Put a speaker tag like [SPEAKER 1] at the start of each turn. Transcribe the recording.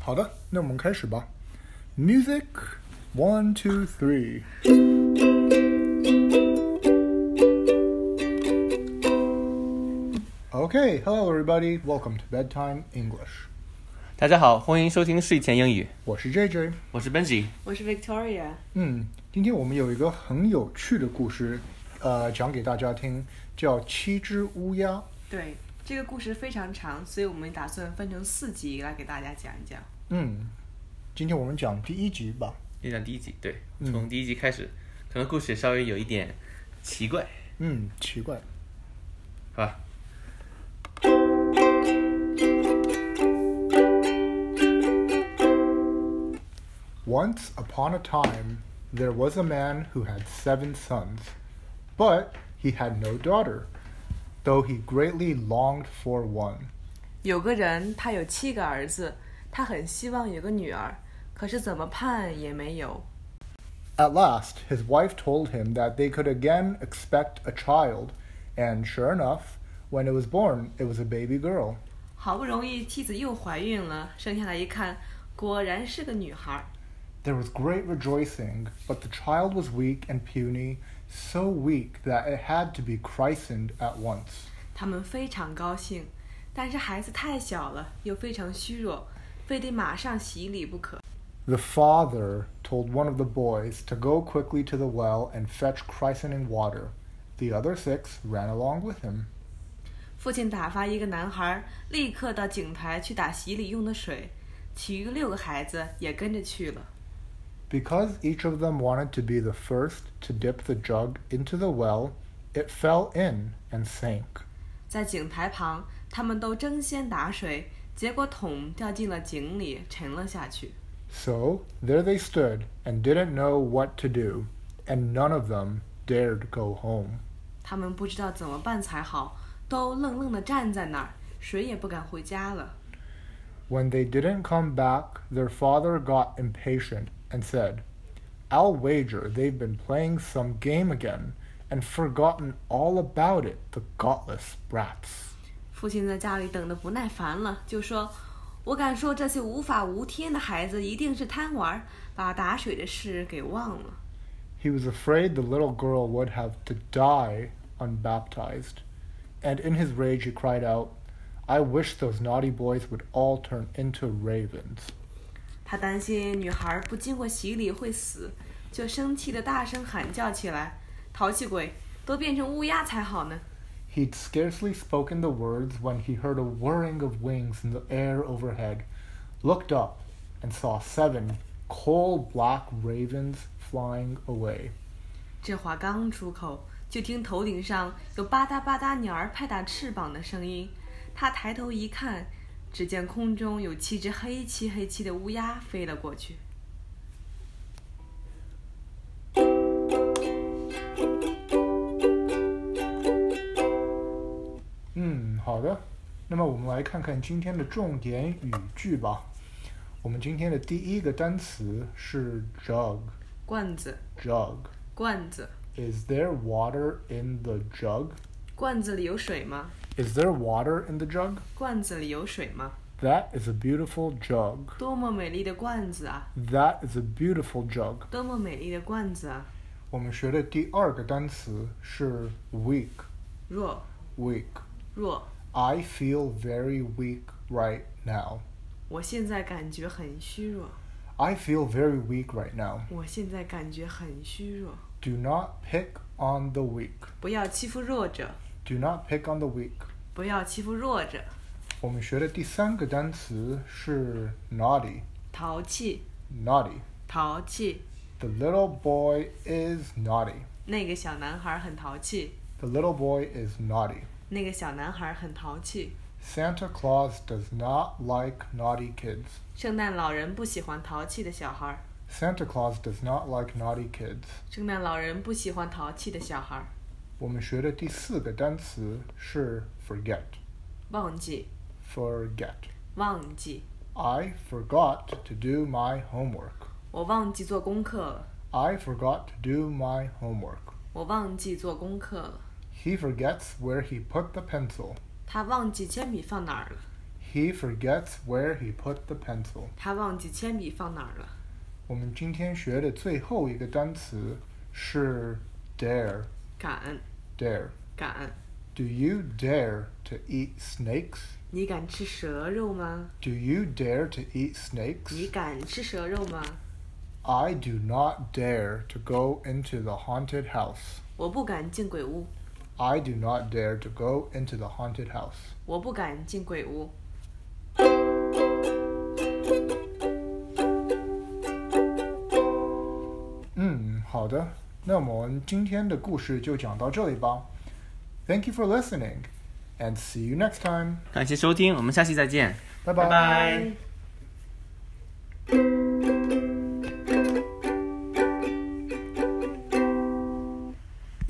[SPEAKER 1] 好的，那我们开始吧。Music one two three。Okay, hello everybody, welcome to bedtime English.
[SPEAKER 2] 大家好，欢迎收听睡前英语，
[SPEAKER 1] 我是 J J。
[SPEAKER 2] 我是 Benji。
[SPEAKER 3] 我是 Victoria，
[SPEAKER 1] 嗯，今天我们有一个很有趣的故事，呃，讲给大家听，叫《七只乌鸦》。
[SPEAKER 3] 对，这个故事非常长，所以我们打算分成四集来给大家讲一讲。
[SPEAKER 1] 嗯，今天我们讲第一集吧。
[SPEAKER 2] 又讲第一集，对，
[SPEAKER 1] 嗯
[SPEAKER 2] 从第一集开始，可能故事稍微有一点奇怪，
[SPEAKER 1] 嗯，奇怪。
[SPEAKER 2] 好吧？
[SPEAKER 1] Once upon a time, there was a man who had seven sons, but he had no daughter, though he greatly longed for one.
[SPEAKER 3] 有个人他有七个儿子，他很希望有个女儿，可是怎么盼也没有。
[SPEAKER 1] At last, his wife told him that they could again expect a child, and sure enough, when it was born, it was a baby girl.
[SPEAKER 3] 好不容易妻子又怀孕了，生下来一看，果然是个女孩。
[SPEAKER 1] There was great rejoicing, but the child was weak and puny, so weak that it had to be christened at once.
[SPEAKER 3] 他们非常高兴，但是孩子太小了，又非常虚弱，非得马上洗礼不可。
[SPEAKER 1] The father told one of the boys to go quickly to the well and fetch christening water. The other six ran along with him.
[SPEAKER 3] 父亲打发一个男孩立刻到井台去打洗礼用的水，其余六个孩子也跟着去了。
[SPEAKER 1] Because each of them wanted to be the first to dip the jug into the well, it fell in and sank.
[SPEAKER 3] 在井台旁，他们都争先打水，结果桶掉进了井里，沉了下去。
[SPEAKER 1] So there they stood and didn't know what to do, and none of them dared go home.
[SPEAKER 3] 他们不知道怎么办才好，都愣愣地站在那儿，谁也不敢回家了。
[SPEAKER 1] When they didn't come back, their father got impatient and said, I'll wager they've been playing some game again and forgotten all about it, the godless brats.
[SPEAKER 3] 父亲在家里等得不耐烦了，就说：“我敢说，这些无法无天的孩子一定是贪玩，把打水的事给忘了。
[SPEAKER 1] He was afraid the little girl would have to die unbaptized, and in his rage he cried out, I wish those naughty boys would all turn into ravens. ”
[SPEAKER 3] 他担心女孩不经过洗礼会死，就生气地大声喊叫起来：“淘气鬼，都变成乌鸦才好呢！”
[SPEAKER 1] He'd scarcely spoken the words when he heard a whirring of wings in the air overhead, looked up, and saw seven coal black ravens flying away.
[SPEAKER 3] 这话刚出口，就听头顶上有吧嗒吧嗒鸟儿拍打翅膀的声音。他抬头一看，只见空中有七只黑漆黑漆的乌鸦飞了过去。
[SPEAKER 1] 嗯，好的。那么我们来看看今天的重点语句吧。我们今天的第一个单词是 jug。
[SPEAKER 3] 罐子，
[SPEAKER 1] Jug.
[SPEAKER 3] 罐子，
[SPEAKER 1] Is there water in the jug?
[SPEAKER 3] 罐子里有水吗？
[SPEAKER 1] Is there water in the jug?
[SPEAKER 3] 罐子里有水吗？
[SPEAKER 1] That is a beautiful jug.
[SPEAKER 3] 多么美丽的罐子啊！
[SPEAKER 1] That is a beautiful jug.
[SPEAKER 3] 多么美丽的罐子啊！
[SPEAKER 1] 我们学的第二个单词是 weak。
[SPEAKER 3] 弱
[SPEAKER 1] Weak.
[SPEAKER 3] 弱，
[SPEAKER 1] I feel very weak right now.
[SPEAKER 3] 我现在感觉很虚弱，
[SPEAKER 1] I feel very weak right now.
[SPEAKER 3] 我现在感觉很虚弱。
[SPEAKER 1] Do not pick on the weak.
[SPEAKER 3] 不要欺负弱者，
[SPEAKER 1] Do not pick on the weak.
[SPEAKER 3] 不要欺负弱者。
[SPEAKER 1] 我们学的第三个单词是 naughty。
[SPEAKER 3] 淘气，
[SPEAKER 1] Naughty.
[SPEAKER 3] 淘气。
[SPEAKER 1] The little boy is naughty.
[SPEAKER 3] 那个小男孩很淘气，
[SPEAKER 1] The little boy is naughty.
[SPEAKER 3] 那个小男孩很淘气。
[SPEAKER 1] Santa Claus does not like naughty kids.
[SPEAKER 3] 圣诞老人不喜欢淘气的小孩，
[SPEAKER 1] Santa Claus does not like naughty kids.
[SPEAKER 3] 圣诞老人不喜欢淘气的小孩。
[SPEAKER 1] 我们学的第四个单词是 forget。
[SPEAKER 3] 忘记，
[SPEAKER 1] Forget.
[SPEAKER 3] 忘记，
[SPEAKER 1] I forgot to do my homework.
[SPEAKER 3] 我忘记做功课了，
[SPEAKER 1] I forgot to do my homework.
[SPEAKER 3] 我忘记做功课了。
[SPEAKER 1] He forgets where he put the pencil.
[SPEAKER 3] 他忘记铅笔放哪儿了，
[SPEAKER 1] He forgets where he put the pencil。
[SPEAKER 3] 他忘记铅笔放哪儿了。
[SPEAKER 1] 我们今天学的最后一个单词是 dare。
[SPEAKER 3] 感恩
[SPEAKER 1] Dare.
[SPEAKER 3] 感恩，
[SPEAKER 1] Do you dare to eat snakes?
[SPEAKER 3] 你敢吃蛇肉吗？
[SPEAKER 1] Do you dare to eat snakes?
[SPEAKER 3] 你敢吃蛇肉吗？
[SPEAKER 1] I do not dare to go into the haunted house.
[SPEAKER 3] 我不敢进鬼屋，
[SPEAKER 1] I do not dare to go into the haunted house.
[SPEAKER 3] 我不敢进鬼屋。
[SPEAKER 1] 嗯，好的，那么我们今天的故事就讲到这里吧。Thank you for listening, and see you next time.
[SPEAKER 2] 感谢收听，我们下期再见。
[SPEAKER 1] 拜
[SPEAKER 2] 拜拜